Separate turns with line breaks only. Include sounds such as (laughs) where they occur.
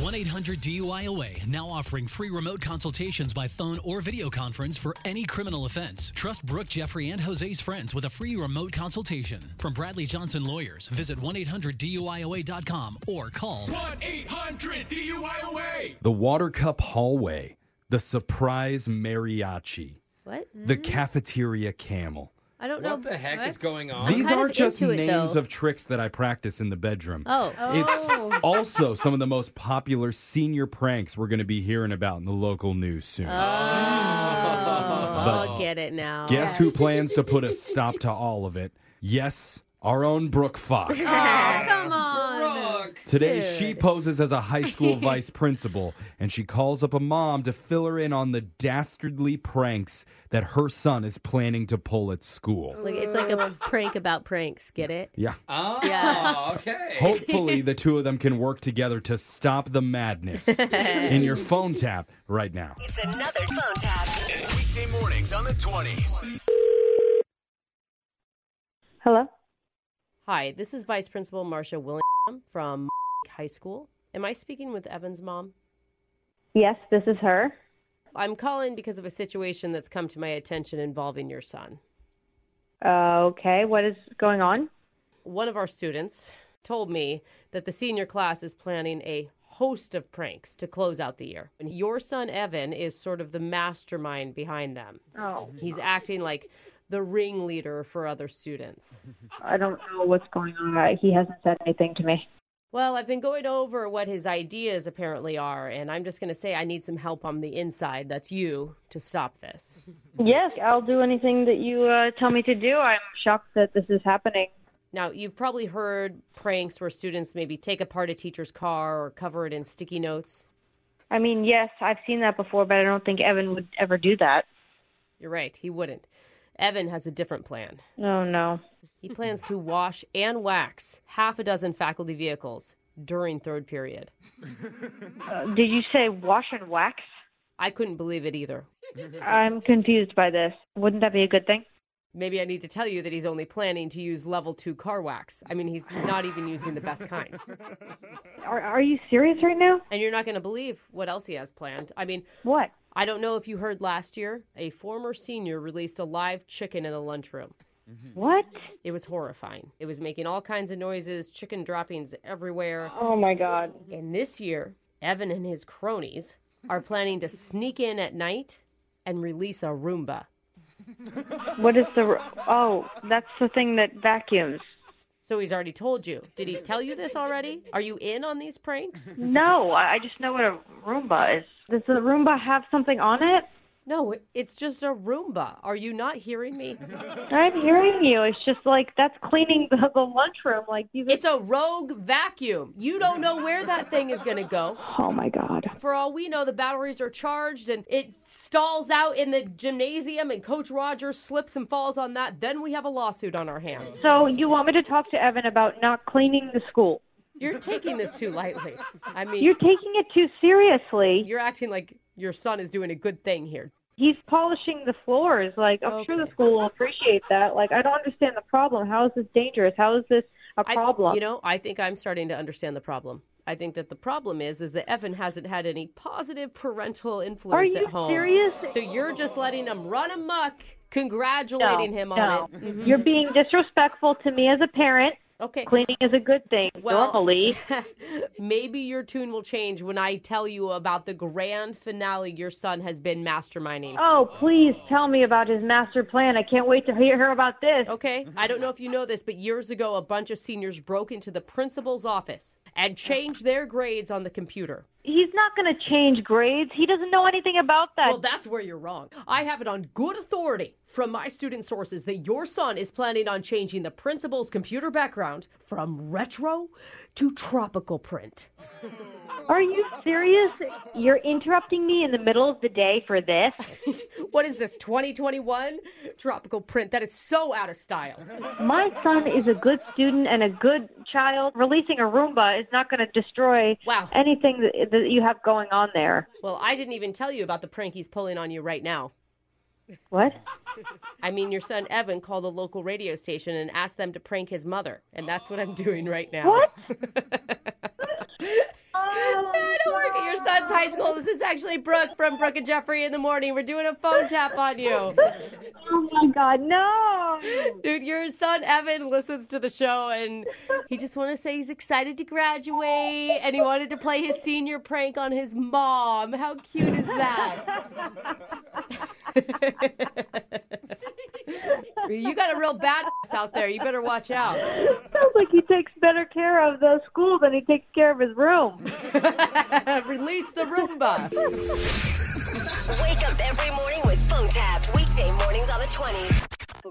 1 800 DUIOA now offering free remote consultations by phone or video conference for any criminal offense. Trust Brooke, Jeffrey, and Jose's friends with a free remote consultation. From Bradley Johnson Lawyers, visit 1 800 DUIOA.com or call
1 800 DUIOA.
The Water Cup Hallway, the Surprise Mariachi,
What?
the Cafeteria Camel.
I don't know.
What the heck
is
is going on?
These
kind
are
of
just
into it,
names
though.
of tricks that I practice in the bedroom.
Oh. (laughs)
It's also some of the most popular senior pranks we're going to be hearing about in the local news soon.
Oh, I'll get it now.
Guess who plans to put a stop to all of it? Yes, our own Brooke
(laughs)
Fox.
Come on.
Brooke.
Today,
Dude.
she poses as a high school vice principal and she calls up a mom to fill her in on the dastardly pranks that her son is planning to pull at school.
(laughs) Like, it's like a prank about pranks. Get it?
Yeah.
Oh,
Yeah.
okay.
Hopefully, the two of them can work together to stop the madness in your phone tap right now.
It's another phone tap.
Weekday mornings on the 20s.
Hello.
Hi, this is Vice Principal Marsha Willingham from (laughs) High School. Am I speaking with Evan's mom?
Yes, this is her.
I'm calling because of a situation that's come to my attention involving your son.
Uh, okay, what is going on?
One of our students told me that the senior class is planning a host of pranks to close out the year. And your son, Evan, is sort of the mastermind behind them.
Oh,
He's acting like the ringleader for other students.
I don't know what's going on. I- He hasn't said anything to me.
Well, I've been going over what his ideas apparently are, and I'm just going to say I need some help on the inside. That's you to stop this.
Yes, I'll do anything that you uh, tell me to do. I'm shocked that this is happening.
Now, you've probably heard pranks where students maybe take apart a teacher's car or cover it in sticky notes.
I mean, yes, I've seen that before, but I don't think Evan would ever do that.
You're right, he wouldn't. Evan has a different plan.
Oh no.
He plans to wash and wax half a dozen faculty vehicles during third period.
Uh, did you say wash and wax?
I couldn't believe it either.
I'm confused by this. Wouldn't that be a good thing?
Maybe I need to tell you that he's only planning to use level two car wax. I mean, he's not even using the best kind.
Are Are you serious right now?
And you're not going to believe what else he has planned. I mean,
What?
I don't know if you heard last year, a former senior released a live chicken in the lunchroom.
What?
It was horrifying. It was making all kinds of noises, chicken droppings everywhere.
Oh my God.
And this year, Evan and his cronies are planning to sneak in at night and release a Roomba.
What is the? Oh, that's the thing that vacuums.
So he's already told you. Did he tell you this already? Are you in on these pranks?
No, I I just know what a Roomba is. Does the Roomba have something on it?
No, it's just a Roomba. Are you not hearing me?
I'm hearing you. It's just like that's cleaning the, the lunchroom. Like these.
It's a rogue vacuum. You don't know where that thing is going to go.
oh my god.
For all we know, the batteries are charged and it stalls out in the gymnasium, and Coach Rogers slips and falls on that. Then we have a lawsuit on our hands.
So you want me to talk to Evan about not cleaning the school?
You're taking this too lightly. I mean, you're,
You're taking it too seriously.
acting like your son is doing a good thing here.
He's polishing the floors. Like I'm sure the school will appreciate that. Like I don't understand the problem. How is this dangerous? How is this a
I,
problem?
You know, I think I'm starting to understand the problem. I think that the problem is is that Evan hasn't had any positive parental
Are
influence
you
at home.
serious?
So you're just letting him run amok, congratulating him on
no.
it.
You're being disrespectful to me as a parent.
Okay.
Cleaning is a good thing
Well-
normally.
Maybe your tune will change when I tell you about the grand finale your son has been masterminding.
Oh, please tell me about his master plan. I can't wait to hear her about this.
Okay? I don't know if you know this, but years ago, a bunch of seniors broke into the principal's office and changed their grades on the computer.
He's not going to change grades. He doesn't know anything about that.
Well, that's where you're wrong. I have it on good authority from my student sources that your son is planning on changing the principal's computer background from retro to tropical print.
Are you serious? You're interrupting me in the middle of the day for this?
What is this, 2021? Tropical print. That is so out of style.
My son is a good student and a good child. Releasing a Roomba is not going to destroy
Wow.
anything that, that you have going on there.
Well, I didn't even tell you about the prank he's pulling on you right now.
What?
I mean, your son Evan called a local radio station and asked them to prank his (laughs) mother, and that's what I'm doing right now.
What? Oh,
Ah, don't worry son's high school. This is actually Brooke from Brooke and Jeffrey in the morning. We're doing a phone tap on you.
Oh my God, no!
Dude, your son Evan listens to the show and he just want to say he's excited to graduate and he wanted to play his senior prank on his mom. How cute is that? you got a real badass out there. You better watch out.
Sounds like he takes better care of the school than he takes care of his room.
Release the Roomba.
Wake up every morning with phone taps. Weekday mornings on the 20s.